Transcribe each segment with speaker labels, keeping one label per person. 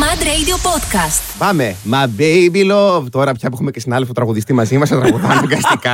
Speaker 1: Mad Radio Podcast.
Speaker 2: Πάμε. My baby love. Τώρα πια που έχουμε και συνάδελφο τραγουδιστή μαζί μας, θα τραγουδάμε αναγκαστικά.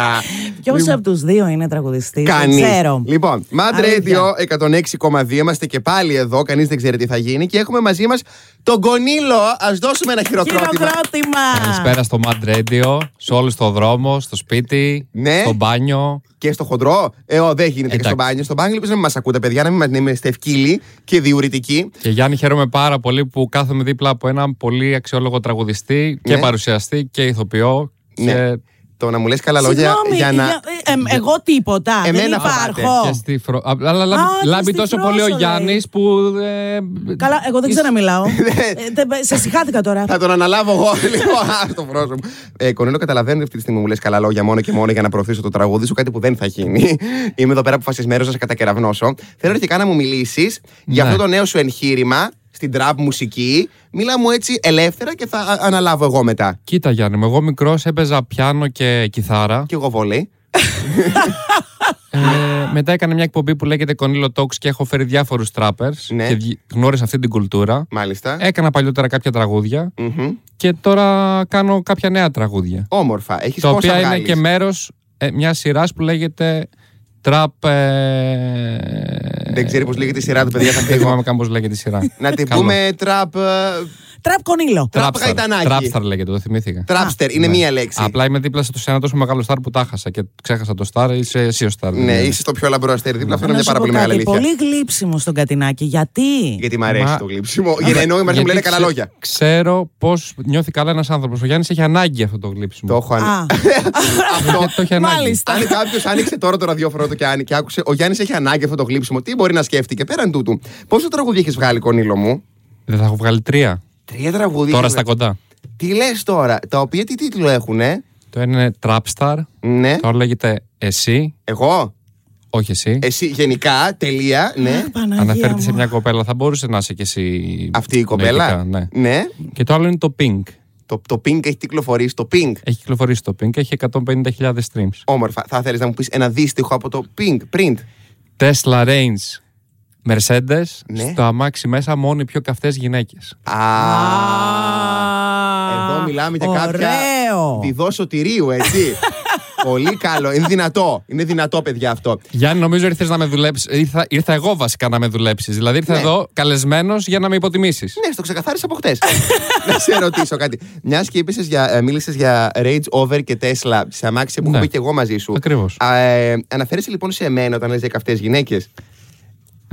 Speaker 3: Ποιο
Speaker 2: Λοιπόν,
Speaker 3: από τους δύο είναι τραγουδιστής,
Speaker 2: κανείς.
Speaker 3: δεν ξέρω.
Speaker 2: Λοιπόν, Mad
Speaker 3: Αλήθεια.
Speaker 2: Radio 106,2 είμαστε και πάλι εδώ. Κανείς δεν ξέρει τι θα γίνει. Και έχουμε μαζί μας τον Κονίλο. Ας δώσουμε ένα χειροκρότημα.
Speaker 3: Χειροκρότημα!
Speaker 4: Καλησπέρα στο Mad Radio, σε όλους στο δρόμο, στο σπίτι,
Speaker 2: Ναι.
Speaker 4: στο μπάνιο.
Speaker 2: Και στο χοντρό. Ε, ω, δεν γίνεται και
Speaker 4: Εντάξει.
Speaker 2: στο μπάνιο. Στο μπάνιο, λοιπόν, να μην μας ακούτε, παιδιά, να μην μας- να είμαστε ευκύλοι και διουρητικοί.
Speaker 4: Και Γιάννη, χαίρομαι πάρα πολύ που κάθομαι δίπλα από έναν πολύ αξιόλογο τραγουδιστή και
Speaker 2: Ναι.
Speaker 4: παρουσιαστή και ηθοποιό.
Speaker 2: Ναι.
Speaker 4: Και,
Speaker 2: Το να μου λες καλά λόγια
Speaker 3: Συγγνώμη,
Speaker 2: για να.
Speaker 3: ε, εμ, εγώ τίποτα. Δεν
Speaker 2: Εμένα φοβάται.
Speaker 3: υπάρχω.
Speaker 4: και στη φρο... Α, Αλλά λάμπει,
Speaker 3: και
Speaker 4: λάμπει
Speaker 3: στη
Speaker 4: τόσο
Speaker 3: Φρόσο,
Speaker 4: πολύ ο
Speaker 3: λέει.
Speaker 4: Γιάννης που. ε,
Speaker 3: Καλά, εγώ δεν ξέρω να μιλάω.
Speaker 2: Ναι.
Speaker 3: Ε, δεν- Σε συχάθηκα τώρα.
Speaker 2: Θα τον αναλάβω εγώ λίγο. Α το πρόσωπο. Ε, Κονέλο, καταλαβαίνω αυτή τη στιγμή μου λες καλά λόγια μόνο και μόνο για να προωθήσω το τραγούδι σου, κάτι που δεν θα γίνει. Είμαι εδώ πέρα αποφασισμένο να σε κατακεραυνώσω. Θέλω αρχικά να μου μιλήσεις για
Speaker 4: Ναι.
Speaker 2: αυτό το νέο σου εγχείρημα στην τραπ μουσική. Μιλά μου έτσι ελεύθερα και θα α- αναλάβω εγώ μετά.
Speaker 4: Κοίτα, Γιάννη, μου, εγώ μικρός έπαιζα πιάνο και κιθάρα.
Speaker 2: Και εγώ βολή.
Speaker 4: Ε, μετά έκανα μια εκπομπή που λέγεται Κονίλο Talks και έχω φέρει διάφορους τράπερ.
Speaker 2: Ναι.
Speaker 4: Και βγη- γνώρισα αυτή την κουλτούρα.
Speaker 2: Μάλιστα.
Speaker 4: Έκανα παλιότερα κάποια τραγούδια
Speaker 2: Μμμ.
Speaker 4: και τώρα κάνω κάποια νέα τραγούδια.
Speaker 2: Όμορφα. Έχεις
Speaker 4: τα
Speaker 2: πόσα
Speaker 4: οποία είναι
Speaker 2: βγάλεις?
Speaker 4: και μέρος ε, μια σειράς που λέγεται Trap. Ε...
Speaker 2: Δεν ξέρει πώς λέγεται η σειρά του, παιδιά, θα
Speaker 4: Δεν
Speaker 2: φύγω.
Speaker 4: θυμάμαι καν πώς λέγεται η σειρά.
Speaker 2: να την
Speaker 4: Καλό.
Speaker 2: πούμε τραπ. ε,
Speaker 3: Τραπ Κονίλο.
Speaker 2: Τραπ
Speaker 4: Trapstar.
Speaker 2: γαϊτανάκι.
Speaker 4: Trapstar λέγεται, το θυμήθηκα.
Speaker 2: Τραπστερ, είναι
Speaker 4: Ναι.
Speaker 2: μία λέξη.
Speaker 4: Απλά είμαι δίπλα σε ένα τόσο μεγάλο στάρ που τα χάσα και ξέχασα το στάρ. Είσαι εσύ ο δηλαδή. στάρ.
Speaker 2: Ναι, είσαι το πιο λαμπρό αστέρι.
Speaker 4: Ναι.
Speaker 2: Δίπλα αυτό είναι
Speaker 3: Να
Speaker 2: μια πάρα
Speaker 3: σου πω
Speaker 2: πολύ μεγάλη
Speaker 3: κάτι.
Speaker 2: αλήθεια.
Speaker 3: Πολύ γλύψιμο στον Κατινάκη. Γιατί.
Speaker 2: Γιατί μ' αρέσει
Speaker 4: Μα-
Speaker 2: το γλύψιμο. Για ενώ η Μαρία μου
Speaker 4: Γιατί
Speaker 2: λένε καλά
Speaker 4: ξε-
Speaker 2: λόγια.
Speaker 4: Ξέρω πώς νιώθει καλά ένας άνθρωπος. Ο Γιάννης έχει ανάγκη αυτό το γλύψιμο.
Speaker 2: Το έχω
Speaker 3: Α,
Speaker 2: ανάγκη. Αυτό.
Speaker 4: Το έχει ανάγκη.
Speaker 3: μάλιστα.
Speaker 2: Αν κάποιος άνοιξε τώρα το ραδιόφωνο του και, άνοι- και άκουσε, ο Γιάννης έχει ανάγκη αυτό το γλύψιμο. Τι μπορεί να σκέφτηκε πέραν τούτου. Πόσο τραγούδια έχεις βγάλει, Κονίλο μου.
Speaker 4: Δεν θα έχω βγάλει τρία.
Speaker 2: Τρία τραγούδια.
Speaker 4: Τώρα
Speaker 2: έχεις
Speaker 4: στα
Speaker 2: βγάλει.
Speaker 4: κοντά.
Speaker 2: Τι λες τώρα, τα οποία τι τίτλο έχουν, ε?
Speaker 4: Το ένα είναι Trapstar.
Speaker 2: Ναι.
Speaker 4: Το άλλο λέγεται Εσύ.
Speaker 2: Εγώ,
Speaker 4: Όχι εσύ.
Speaker 2: εσύ γενικά, τελεία, ναι.
Speaker 3: Παναγία
Speaker 4: Αναφέρεται σε
Speaker 3: μου.
Speaker 4: μια κοπέλα. Θα μπορούσε να είσαι κι εσύ.
Speaker 2: Αυτή η κοπέλα.
Speaker 4: λογικά, ναι.
Speaker 2: ναι.
Speaker 4: Και το άλλο είναι το Pink.
Speaker 2: Το, το Pink έχει κυκλοφορήσει. Το Pink.
Speaker 4: Έχει κυκλοφορήσει το Pink, έχει 150.000 streams.
Speaker 2: Όμορφα. Θα θέλεις να μου πεις ένα δύστιχο από το Pink, print.
Speaker 4: Tesla Range Mercedes
Speaker 2: Ναι.
Speaker 4: στο αμάξι μέσα μόνο οι πιο καυτές γυναίκες.
Speaker 2: Α. Εδώ μιλάμε για κάποια.
Speaker 3: Ωραίο.
Speaker 2: Διδό σωτηρίου, έτσι. Πολύ καλό. Είναι δυνατό. Είναι δυνατό, παιδιά, αυτό.
Speaker 4: Γιάννη, νομίζω ήρθες να με δουλέψεις. Ήρθα, ήρθα εγώ βασικά να με δουλέψεις. Δηλαδή ήρθα
Speaker 2: Ναι.
Speaker 4: εδώ καλεσμένος για να με υποτιμήσεις.
Speaker 2: Ναι, στο ξεκαθάρισα από χτες. να σε ρωτήσω κάτι. Μιας και είπες για, ε, μίλησες για Rage Over και Tesla σε αμάξια που έχω
Speaker 4: Ναι.
Speaker 2: πει και εγώ μαζί σου.
Speaker 4: Ακριβώς.
Speaker 2: Α, Ε, αναφέρεσαι λοιπόν σε εμένα όταν λες για καυτές γυναίκες. Ναι.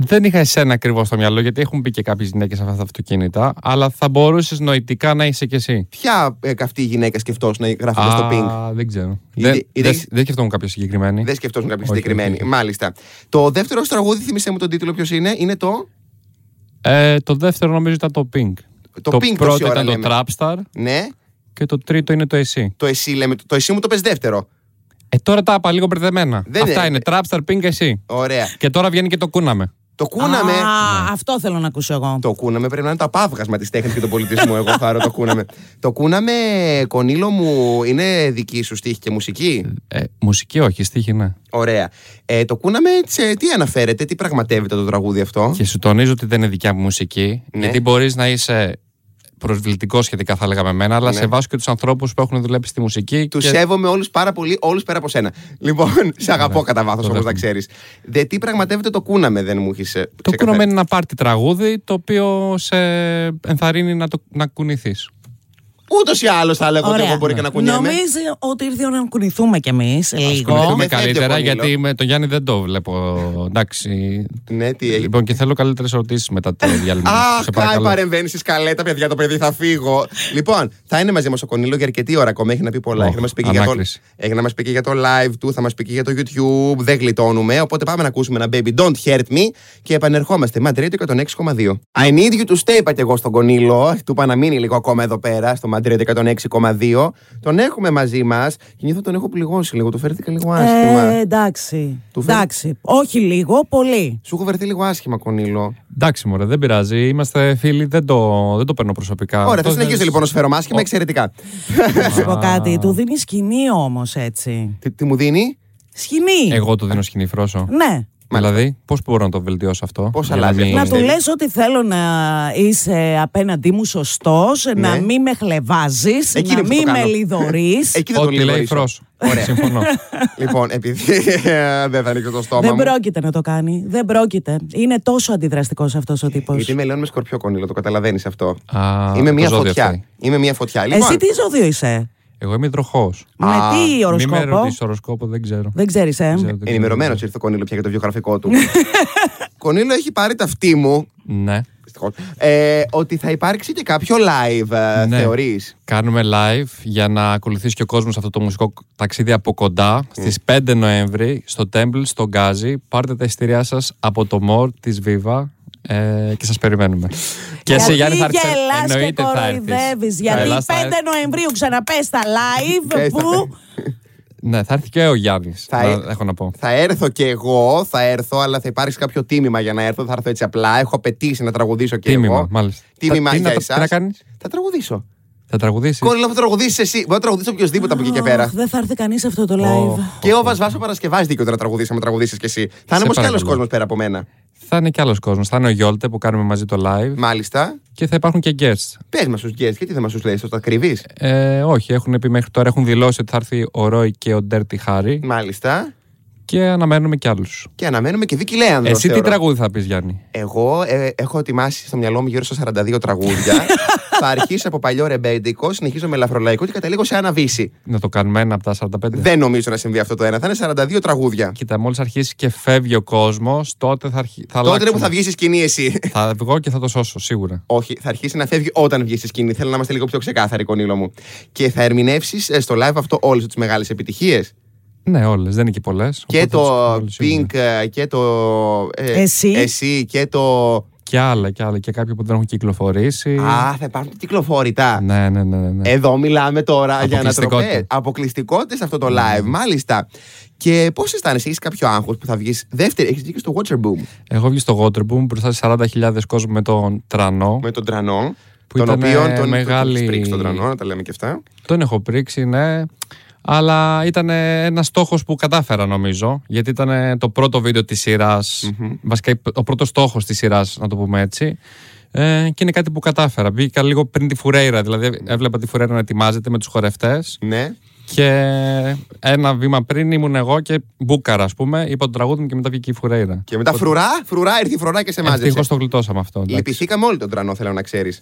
Speaker 4: Δεν είχα εσένα ακριβώς στο μυαλό, γιατί έχουν μπει και κάποιες γυναίκες σε αυτά τα αυτοκίνητα, αλλά θα μπορούσες νοητικά να είσαι κι εσύ.
Speaker 2: Ποια ε, καυτή γυναίκα σκεφτόσουν να γράφει στο Pink.
Speaker 4: δεν ξέρω.
Speaker 2: Είδε-
Speaker 4: Δεν
Speaker 2: είδε-
Speaker 4: δεν- δεν σκεφτόμουν κάποια συγκεκριμένη.
Speaker 2: Δεν σκεφτόσουν κάποια
Speaker 4: Όχι,
Speaker 2: συγκεκριμένη.
Speaker 4: όχι.
Speaker 2: Μάλιστα. Το δεύτερο σου τραγούδι, θύμισε μου τον τίτλο ποιος είναι, είναι το.
Speaker 4: Ε, το δεύτερο νομίζω ήταν το Pink.
Speaker 2: Το Pink τόση
Speaker 4: πρώτο
Speaker 2: ώρα
Speaker 4: ήταν
Speaker 2: λέμε.
Speaker 4: το Trapstar
Speaker 2: Ναι.
Speaker 4: και το τρίτο είναι το Εσύ.
Speaker 2: Το εσύ λέμε. Το εσύ μου το πες δεύτερο.
Speaker 4: Ε, τώρα τα είπα λίγο μπερδεμένα.
Speaker 2: Δεν
Speaker 4: Αυτά
Speaker 2: είναι.
Speaker 4: είναι. Trapstar, Pink, Εσύ.
Speaker 2: Ωραία.
Speaker 4: Και τώρα βγαίνει και το κούναμε.
Speaker 2: Το κούναμε.
Speaker 3: Α, Αυτό θέλω να ακούσω εγώ.
Speaker 2: Το κούναμε πρέπει να είναι το απάβγασμα της τέχνης και του πολιτισμού. Εγώ θα το κούναμε. το κούναμε, Κονίλο μου, είναι δική σου στίχη και μουσική.
Speaker 4: Ε, μουσική όχι, στίχη ναι.
Speaker 2: Ωραία. Ε, το κούναμε, σε τι αναφέρεται, τι πραγματεύεται το τραγούδι αυτό.
Speaker 4: Και σου τονίζω ότι δεν είναι δικιά μου μουσική,
Speaker 2: Ναι.
Speaker 4: γιατί μπορείς να είσαι προσβλητικό σχετικά θα λέγαμε εμένα, αλλά
Speaker 2: Ναι.
Speaker 4: σε βάζω και τους ανθρώπους που έχουν δουλέψει στη μουσική.
Speaker 2: Τους
Speaker 4: και...
Speaker 2: σέβομαι όλους πάρα πολύ, όλους πέρα από σένα. Λοιπόν, σε αγαπώ κατά βάθος
Speaker 4: το
Speaker 2: όπως να
Speaker 4: δέχομαι.
Speaker 2: ξέρεις. Δε τι πραγματεύεται το κούναμε, δεν μου ε, έχει.
Speaker 4: Το κούναμε είναι ένα πάρτι τραγούδι το οποίο σε ενθαρρύνει να, το, να κουνηθείς.
Speaker 2: Ούτως ή άλλως θα λέγω ότι
Speaker 3: Ωραία.
Speaker 2: εγώ μπορεί και να κουνιέμαι.
Speaker 3: Νομίζω ότι ήρθε η ώρα να κουνηθούμε κι εμείς λίγο.
Speaker 4: Κουνηθούμε
Speaker 2: με θέτει ο
Speaker 4: καλύτερα,
Speaker 2: Πονήλος.
Speaker 4: γιατί με τον Γιάννη δεν το βλέπω. Εντάξει.
Speaker 2: Ναι, τι έγινε.
Speaker 4: λοιπόν, και θέλω καλύτερες ερωτήσεις μετά το διάλειμμα.
Speaker 2: Αχ,
Speaker 4: Ναι, σε
Speaker 2: κάει
Speaker 4: παρακαλώ.
Speaker 2: παρεμβαίνει στη σκαλέτα, παιδιά, το παιδί θα φύγω. λοιπόν, θα είναι μαζί μας ο Κονίλο για αρκετή ώρα ακόμα. Έχει να πει πολλά. Έχει
Speaker 4: Ωχ,
Speaker 2: να μας πει, και για το-
Speaker 4: ανάκριση.
Speaker 2: έχει να μας πει και για το live του, θα μας πει και για το YouTube. Δεν γλιτώνουμε. Οπότε πάμε να ακούσουμε ένα baby don't hurt me και επανερχόμαστε. Μαντρίτο 106,2. I need you to stay, είπα και εγώ στον Κονίλο. Του είπα να μείνει λίγο ακόμα εδώ πέρα, στο Μαντρίτο 106,2. Τον έχουμε μαζί μας. Και νιώθω τον έχω πληγώσει λίγο. Του φέρθηκα λίγο άσχημα.
Speaker 3: Ε, εντάξει.
Speaker 2: Του φέρνει-
Speaker 3: Εντάξει. Όχι λίγο, πολύ.
Speaker 2: Σου έχω βρεθεί λίγο άσχημα, Κονίλο.
Speaker 4: Εντάξει, μωρέ, δεν πειράζει. Είμαστε φίλοι, δεν το, δεν το παίρνω προσωπικά.
Speaker 2: Ωραία, θα
Speaker 4: Αυτό
Speaker 2: συνεχίσω
Speaker 4: δεν-
Speaker 2: λοιπόν να σου φέρω άσχημα εξαιρετικά.
Speaker 3: Να σου πω κάτι. Του δίνει σκηνή όμως έτσι.
Speaker 2: Τι- Τι μου δίνει.
Speaker 3: Σκηνή.
Speaker 4: Εγώ το δίνω σκηνή φρόσο.
Speaker 3: Ναι.
Speaker 4: Δηλαδή, πώς μπορώ να το βελτιώσω αυτό.
Speaker 2: Πώς
Speaker 4: για να
Speaker 2: αλλάζει
Speaker 4: μην-
Speaker 3: Να
Speaker 2: αυτό.
Speaker 3: του
Speaker 2: Πιστεύεις.
Speaker 3: λες ότι θέλω να είσαι απέναντί μου σωστός, να μην με χλεβάζεις,
Speaker 2: Ναι. Εκεί είναι
Speaker 3: να
Speaker 2: που το
Speaker 3: μην με
Speaker 2: κάνω.
Speaker 3: λιδωρείς.
Speaker 2: Εκεί θα το
Speaker 4: Ό,τι λέει
Speaker 2: λιγορίσω.
Speaker 4: φρός. Συμφωνώ.
Speaker 2: Λοιπόν, επειδή ε, δεν θα ανοίξω το στόμα
Speaker 3: Δεν
Speaker 2: μου.
Speaker 3: πρόκειται να το κάνει. Δεν πρόκειται. Είναι τόσο αντιδραστικός αυτός ο τύπος.
Speaker 2: Ε, Γιατί με λένε με σκορπιό κονίλο, το καταλαβαίνεις αυτό.
Speaker 4: Α,
Speaker 2: Είμαι
Speaker 4: το
Speaker 2: μια
Speaker 4: ζώδιο
Speaker 2: φωτιά.
Speaker 4: αυτό.
Speaker 2: Είμαι μια φωτιά. Λοιπόν,
Speaker 3: Εσύ τι ζώδιο είσαι.
Speaker 4: Εγώ είμαι τροχός.
Speaker 3: Με
Speaker 2: Α,
Speaker 3: τι
Speaker 4: Μην με
Speaker 3: οροσκόπο.
Speaker 4: ρωτήσει οροσκόπο, δεν ξέρω.
Speaker 3: Δεν ξέρεις, ε.
Speaker 4: ξέρω, δεν ξέρω.
Speaker 2: ενημερωμένο ήρθε ο Κονίλο πια για το βιογραφικό του. Κονίλο έχει πάρει ταυτί μου.
Speaker 4: Ναι.
Speaker 2: δυστυχώς, Ε, ότι θα υπάρξει και κάποιο live, ε,
Speaker 4: Ναι.
Speaker 2: θεωρείς.
Speaker 4: Κάνουμε live για να ακολουθήσει και ο κόσμος αυτό το μουσικό ταξίδι από κοντά στι 5 Νοέμβρη στο Temple, στο Γκάζι. Πάρτε τα εισιτήριά σας από το Μόρ της Viva ε, και σας περιμένουμε. και
Speaker 3: Γιατί
Speaker 4: σε Γιάννη θα έρθει.
Speaker 3: γελάς και
Speaker 4: Εννοείται θα έρθεις.
Speaker 3: κοροϊδεύεις. Γιατί 5
Speaker 4: Γελάς, θα έρθεις.
Speaker 3: Νοεμβρίου ξαναπες τα
Speaker 2: Ε,
Speaker 3: live
Speaker 2: θα-
Speaker 3: που...
Speaker 4: Ναι, θα έρθει και ο Γιάννης.
Speaker 2: Θα ε-
Speaker 4: Έχω να πω.
Speaker 2: Θα έρθω και εγώ, θα έρθω, αλλά θα υπάρξει κάποιο τίμημα για να έρθω. Δεν θα έρθω έτσι απλά. Έχω απαιτήσει να τραγουδήσω και
Speaker 4: Τίμημα,
Speaker 2: εγώ.
Speaker 4: μάλιστα.
Speaker 2: Τίμημα
Speaker 4: Τα- τι
Speaker 2: για
Speaker 4: να- τι
Speaker 2: εσάς.
Speaker 4: να κάνεις?
Speaker 2: Θα τραγουδήσω.
Speaker 4: Θα τραγουδήσεις.
Speaker 2: Κόνιλο, θα τραγουδήσεις εσύ. Μπορεί να τραγουδήσει οποιοδήποτε από εκεί και
Speaker 3: Αχ,
Speaker 2: πέρα.
Speaker 3: Δεν θα έρθει κανείς αυτό το live.
Speaker 2: Και ο Βασβάσο Παρασκευάς δίκιο να τραγουδήσει, άμα τραγουδήσεις κι εσύ. Θα είναι όμω κι άλλο
Speaker 4: παρακαλώ.
Speaker 2: κόσμος πέρα από μένα.
Speaker 4: Θα είναι και άλλος κόσμος. Θα είναι ο Γιόλτε που κάνουμε μαζί το live
Speaker 2: Μάλιστα.
Speaker 4: και θα υπάρχουν και guests.
Speaker 2: Πες μας τους γκέστ, γιατί δεν μας τους λέει, το τα κρυβείς.
Speaker 4: Ε, όχι, έχουν πει μέχρι τώρα, έχουν δηλώσει ότι θα έρθει ο Ρόι και ο Ντέρτι Χάρι
Speaker 2: Μάλιστα.
Speaker 4: και αναμένουμε κι άλλους.
Speaker 2: Και αναμένουμε και Βίκυ Λέανδρο.
Speaker 4: Εσύ τι
Speaker 2: θεωρώ.
Speaker 4: τραγούδι θα πεις, Γιάννη.
Speaker 2: Εγώ ε, έχω ετοιμάσει στο μυαλό μου γύρω στα 42 τραγούδια. θα αρχίσω από παλιό ρεμπέντικο, συνεχίζω με ελαφρολαϊκό και καταλήγω σε αναβίση.
Speaker 4: Να το κάνουμε ένα από τα 45.
Speaker 2: Δεν νομίζω να συμβεί αυτό το ένα. Θα είναι 42 τραγούδια.
Speaker 4: Κοίτα, μόλις αρχίσει και φεύγει ο κόσμος, τότε θα, αρχι... θα
Speaker 2: Τότε είναι που
Speaker 4: αλλάξουμε.
Speaker 2: θα βγει στη σκηνή εσύ.
Speaker 4: Θα βγω και θα το σώσω, σίγουρα.
Speaker 2: Όχι, θα αρχίσει να φεύγει όταν βγει στη σκηνή. Θέλω να είμαστε λίγο πιο ξεκάθαροι, Κονίλο μου. Και θα ερμηνεύσεις στο live αυτό όλες τις μεγάλες επιτυχίες.
Speaker 4: Ναι, όλες, δεν είναι και πολλές.
Speaker 2: Και το Pink
Speaker 4: ναι.
Speaker 2: ε, και το. ε,
Speaker 3: Εσύ.
Speaker 2: Εσύ και το.
Speaker 4: Και άλλα, και άλλα. Και κάποια που δεν έχουν κυκλοφορήσει.
Speaker 2: Α, Ε- θα υπάρχουν κυκλοφορητά.
Speaker 4: Ναι, ναι, ναι. ναι, ναι.
Speaker 2: Εδώ μιλάμε τώρα για ανατροπέ.
Speaker 4: Αποκλειστικότητα. Ναι.
Speaker 2: Αποκλειστικότητε σε αυτό το live, μάλιστα. Και πώς αισθάνεσαι, έχεις κάποιο άγχος που θα βγεις δεύτερη, έχεις βγει και στο Watcher Boom
Speaker 4: Εγώ βγει στο Waterboom μπροστά σε 40.000 κόσμο με τον τρανό.
Speaker 2: με τον Τρανό.
Speaker 4: Που
Speaker 2: τον
Speaker 4: ήταν,
Speaker 2: οποίο
Speaker 4: ε,
Speaker 2: τον
Speaker 4: μεγάλη-
Speaker 2: τον έχεις πρίξει τον Τρανό, να τα λέμε και αυτά.
Speaker 4: Τον έχω πρίξει, ναι. Αλλά ήταν ε, ένας στόχος που κατάφερα, νομίζω. Γιατί ήταν ε, το πρώτο βίντεο της σειρα Βασικά, η- ο πρώτος στόχος της σειράς, να το πούμε έτσι. Ε, και είναι κάτι που κατάφερα. Μπήκα λίγο πριν τη Φουρέιρα. Δηλαδή, έβλεπα τη Φουρέιρα να ετοιμάζεται με τους χορευτές.
Speaker 2: Ναι.
Speaker 4: Και ένα βήμα πριν ήμουν εγώ και μπούκαρα, ας πούμε. Είπα το τραγούδι μου και μετά βγήκε η Φουρέιρα.
Speaker 2: Και μετά φρουρά, φρουρά, ήρθε η φρουρά και σε μάζεψε.
Speaker 4: Ευτυχώς το γλιτώσαμε αυτό. εντάξει.
Speaker 2: Λυπηθήκαμε όλοι τον Τρανό, θέλω να ξέρεις.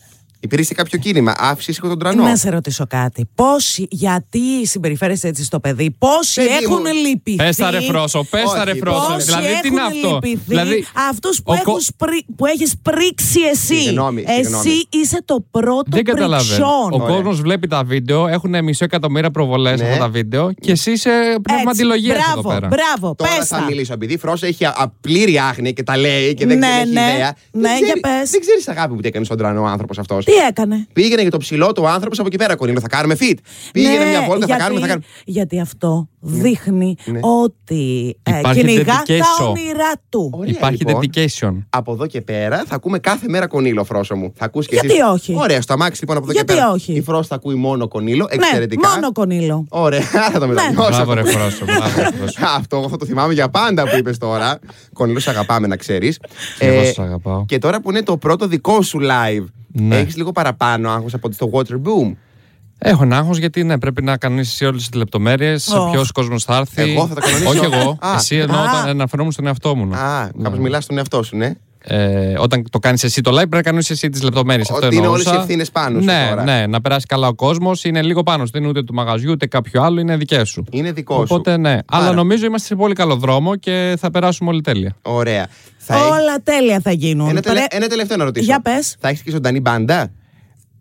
Speaker 2: Υπήρξε κάποιο κίνημα. Άφησες ήσυχο τον Τρανό.
Speaker 3: Να σε ρωτήσω κάτι. Πόσοι, γιατί συμπεριφέρεσαι έτσι στο παιδί, πόσοι
Speaker 2: Παιδί μου.
Speaker 3: έχουν λυπηθεί.
Speaker 4: Πες τα ρε φρόσο, πες
Speaker 2: Όχι,
Speaker 4: τα ρε φρόσο.
Speaker 3: Πόσοι
Speaker 2: πρόσωπο.
Speaker 4: Δηλαδή, τι
Speaker 3: έχουν
Speaker 4: είναι αυτό.
Speaker 3: λυπηθεί.
Speaker 4: Δηλαδή,
Speaker 3: αυτούς που,
Speaker 4: ο κο-
Speaker 3: έχεις πρι- που έχεις πρίξει εσύ.
Speaker 2: Συγγνώμη, συγγνώμη.
Speaker 3: Εσύ είσαι το πρώτο
Speaker 4: Δεν καταλαβαίνω. Ο
Speaker 3: πριξιόν.
Speaker 2: Ωραία.
Speaker 4: κόσμος βλέπει τα βίντεο, έχουν μισό εκατομμύρια προβολές
Speaker 2: Ναι.
Speaker 4: αυτά τα βίντεο και εσύ είσαι πνεύμα
Speaker 3: Έτσι,
Speaker 4: αντιλογία εδώ
Speaker 3: Μπράβο,
Speaker 4: πέρα.
Speaker 3: μπράβο,
Speaker 2: Τώρα
Speaker 3: πες
Speaker 2: θα
Speaker 3: τα.
Speaker 2: μιλήσω. Επειδή η Φρόσα έχει α- απλήρη άχνη και τα λέει και δεν
Speaker 3: Ναι,
Speaker 2: δεν έχει
Speaker 3: ναι.
Speaker 2: ιδέα. δεν
Speaker 3: Ναι, για
Speaker 2: ξέρει-
Speaker 3: πες.
Speaker 2: Δεν ξέρεις αγάπη που τι έκανε στον τρανό άνθρωπος αυτός.
Speaker 3: Τι έκανε.
Speaker 2: Πήγαινε για το ψηλό του άνθρωπος από εκεί πέρα, Κορίνο. Θα κάνουμε fit. Πήγαινε
Speaker 3: Ναι,
Speaker 2: μια βόλτα, θα
Speaker 3: γιατί-
Speaker 2: κάνουμε, θα κάνουμε. Ναι.
Speaker 3: Γιατί αυτό δείχνει ότι ε,
Speaker 4: Υπάρχει
Speaker 3: κυνηγά τα
Speaker 4: dedication.
Speaker 3: όνειρά του. Ναι,
Speaker 2: Ωραία,
Speaker 4: Υπάρχει
Speaker 2: λοιπόν.
Speaker 4: dedication.
Speaker 2: Από εδώ και πέρα θα ακούμε κάθε μέρα κονίλο, Φρόσο μου. Θα ακούς και
Speaker 3: Γιατί
Speaker 2: εσείς.
Speaker 3: όχι?
Speaker 2: Ωραία, στο αμάξι λοιπόν από εδώ
Speaker 3: Γιατί
Speaker 2: και πέρα.
Speaker 3: όχι?
Speaker 2: Η Φρόσο θα ακούει μόνο κονίλο. Εξαιρετικά.
Speaker 3: Ναι, μόνο κονίλο.
Speaker 2: Ωραία, θα το μετανιώσω.
Speaker 4: Ναι. Μπράβο, ρε Φρόσο. μπράβο, ρε, Φρόσο.
Speaker 2: Αυτό εγώ θα το θυμάμαι για πάντα που είπες τώρα. Κονίλο, σε αγαπάμε να ξέρεις.
Speaker 4: Και εγώ σας αγαπάω.
Speaker 2: Και τώρα που είναι το πρώτο δικό σου live,
Speaker 4: Ναι.
Speaker 2: έχεις λίγο παραπάνω άγχος από ότι στο Water Boom.
Speaker 4: Έχω ένα άγχος γιατί ναι, πρέπει να κανονίσει όλες τις λεπτομέρειες, σε
Speaker 3: Ωχ.
Speaker 4: ποιος κόσμος θα έρθει.
Speaker 2: Εγώ θα τα κανονίσω.
Speaker 4: Όχι εγώ.
Speaker 2: Α.
Speaker 4: Εσύ ενώ
Speaker 3: Α.
Speaker 4: όταν αναφερόμουν στον εαυτό μου. ναι.
Speaker 2: Α, κάπως μιλάς στον εαυτό σου, ναι.
Speaker 4: Ε, όταν το κάνεις εσύ το live, πρέπει να κάνεις εσύ τις λεπτομέρειες.
Speaker 2: Ότι είναι όλες οι ευθύνες πάνω σου
Speaker 4: ναι,
Speaker 2: τώρα.
Speaker 4: Ναι, να περάσει καλά ο κόσμος. Είναι λίγο πάνω σου. Δεν είναι ούτε του μαγαζιού ούτε κάποιο άλλο. Είναι δικές σου.
Speaker 2: Είναι δικό
Speaker 4: Οπότε
Speaker 2: σου.
Speaker 4: ναι. Αλλά νομίζω είμαστε σε πολύ καλό δρόμο και θα περάσουμε όλοι τέλεια.
Speaker 2: Ωραία. Θα έχει-
Speaker 3: Όλα τέλεια θα γίνουν.
Speaker 2: Ένα, τελε...
Speaker 3: Πρέ-
Speaker 2: ένα τελευταίο να ρωτήσω.
Speaker 3: Για πες.
Speaker 2: Θα έχεις και ζωντανή μπάντα.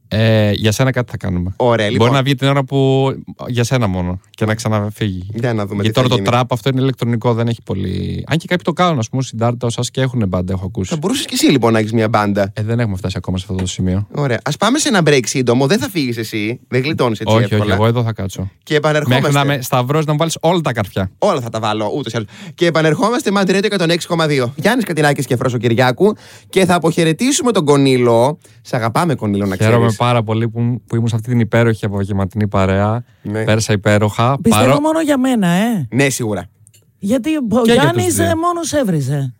Speaker 4: Ε, για σένα κάτι θα κάνουμε.
Speaker 2: Ωραία, λοιπόν.
Speaker 4: Μπορεί να βγει την ώρα που. για σένα μόνο και να ξαναφύγει.
Speaker 2: Για να δούμε τι
Speaker 4: Γιατί τώρα
Speaker 2: θα
Speaker 4: το
Speaker 2: γίνει.
Speaker 4: τραπ αυτό είναι ηλεκτρονικό, δεν έχει πολύ. Αν και κάποιοι το κάνουν, ας πούμε, συντάρτα, σα και έχουν μπάντα, έχω ακούσει.
Speaker 2: Θα μπορούσες κι εσύ λοιπόν να έχεις μια μπάντα.
Speaker 4: Ε, δεν έχουμε φτάσει ακόμα σε αυτό το σημείο.
Speaker 2: Ωραία. Ας πάμε σε ένα break σύντομο. Δεν θα φύγεις εσύ. Δεν γλιτώνεις έτσι
Speaker 4: όχι,
Speaker 2: εύκολα.
Speaker 4: όχι, εγώ εδώ θα κάτσω.
Speaker 2: Και επανερχόμαστε.
Speaker 4: Μέχρι να είμαι σταυρός να μου βάλεις όλα τα καρφιά.
Speaker 2: Όλα θα τα βάλω ούτως ή άλλως. Και επανερχόμαστε Mad Radio 106,2. Γιάννη Κατινάκη και Φρόσο Κυριάκου. Και θα αποχαιρετήσουμε τον Κονίλο. Σ' αγαπάμε, Κονίλο, να ξέρει.
Speaker 4: Χαίρομαι πάρα πολύ που, που ήμουν σε αυτή την υπέροχη απογευματινή παρέα.
Speaker 2: Ναι.
Speaker 4: Πέρασα υπέροχα.
Speaker 3: Πιστεύω
Speaker 4: Παρό-
Speaker 3: μόνο για μένα, ε.
Speaker 2: Ναι, σίγουρα.
Speaker 3: Γιατί ο
Speaker 4: Και για
Speaker 3: Γιάννης
Speaker 4: τους δύο.
Speaker 3: μόνος έβριζε.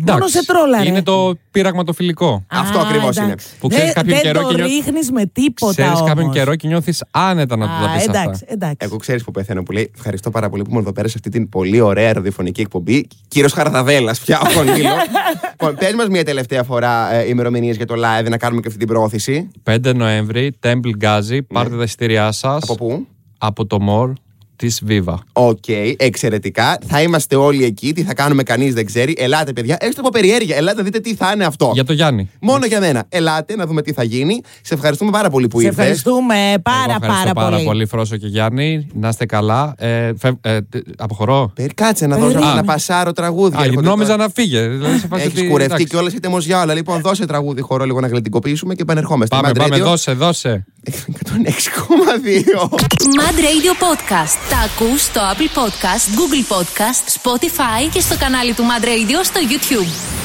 Speaker 3: Μόνο
Speaker 4: Εντάξει,
Speaker 3: σε τρόλαρε.
Speaker 4: Είναι το πείραγμα το φιλικό.
Speaker 2: Αυτό
Speaker 3: Α,
Speaker 2: ακριβώς είναι.
Speaker 3: εντάξει.
Speaker 4: Που ξέρεις
Speaker 3: Δεν-
Speaker 4: κάποιον
Speaker 3: δεν
Speaker 4: καιρό
Speaker 3: το
Speaker 4: και νιώθεις-
Speaker 3: ρίχνεις με τίποτα.
Speaker 4: Ξέρεις κάποιον
Speaker 3: όμως.
Speaker 4: καιρό και νιώθεις άνετα να του τα
Speaker 3: Α,
Speaker 4: πει
Speaker 3: εντάξει,
Speaker 4: αυτά.
Speaker 3: εντάξει.
Speaker 2: Εγώ ξέρεις που πεθαίνω που λέει Ευχαριστώ πάρα πολύ που ήμουν εδώ πέρα σε αυτή την πολύ ωραία ραδιοφωνική εκπομπή. Κύριος Χαρδαβέλα, πια ο Κονίλο. Πες μας μια τελευταία φορά ε, ημερομηνίες για το live να κάνουμε και αυτή την πρόθεση.
Speaker 4: 5 Νοέμβρη, Temple Gazi, πάρτε τα εισιτήριά σας
Speaker 2: Ναι. Από πού?
Speaker 4: από το Μορ της Viva.
Speaker 2: Οκ, εξαιρετικά. Θα είμαστε όλοι εκεί. Τι θα κάνουμε, κανείς δεν ξέρει. Ελάτε, παιδιά, έστω από περιέργεια. Ελάτε, δείτε τι θα είναι αυτό.
Speaker 4: Για το Γιάννη.
Speaker 2: Μόνο για μένα. Ελάτε να δούμε τι θα γίνει. Σε ευχαριστούμε πάρα πολύ που
Speaker 3: Σε
Speaker 2: ήρθες.
Speaker 3: ευχαριστούμε
Speaker 4: Εγώ
Speaker 3: πάρα,
Speaker 4: ευχαριστώ
Speaker 3: πάρα,
Speaker 4: πάρα
Speaker 3: πολύ.
Speaker 4: πολύ, Φρόσο και Γιάννη. Να είστε καλά. Ε, φεύ- ε, τ- αποχωρώ.
Speaker 2: Κάτσε να, δώσω,
Speaker 3: Περίμενε.
Speaker 2: να πασάρω τραγούδια.
Speaker 4: Α,
Speaker 2: Έρχονται
Speaker 4: νόμιζα
Speaker 2: τώρα.
Speaker 4: να φύγε. Δηλαδή, σε φάση
Speaker 2: Έχεις
Speaker 4: ότι-
Speaker 2: κουρευτεί
Speaker 4: εντάξει.
Speaker 2: και όλα είτε για όλα. Λοιπόν, δώσε τραγούδι χώρο λίγο να γλεντικοποιήσουμε και επανερχόμαστε.
Speaker 4: Πάμε,
Speaker 2: Mad
Speaker 4: πάμε,
Speaker 2: Radio.
Speaker 4: δώσε, δώσε.
Speaker 2: 106,2.
Speaker 1: Mad Radio Podcast. Τα ακούς στο Apple Podcast, Google Podcast, Spotify και στο κανάλι του Mad Radio στο YouTube.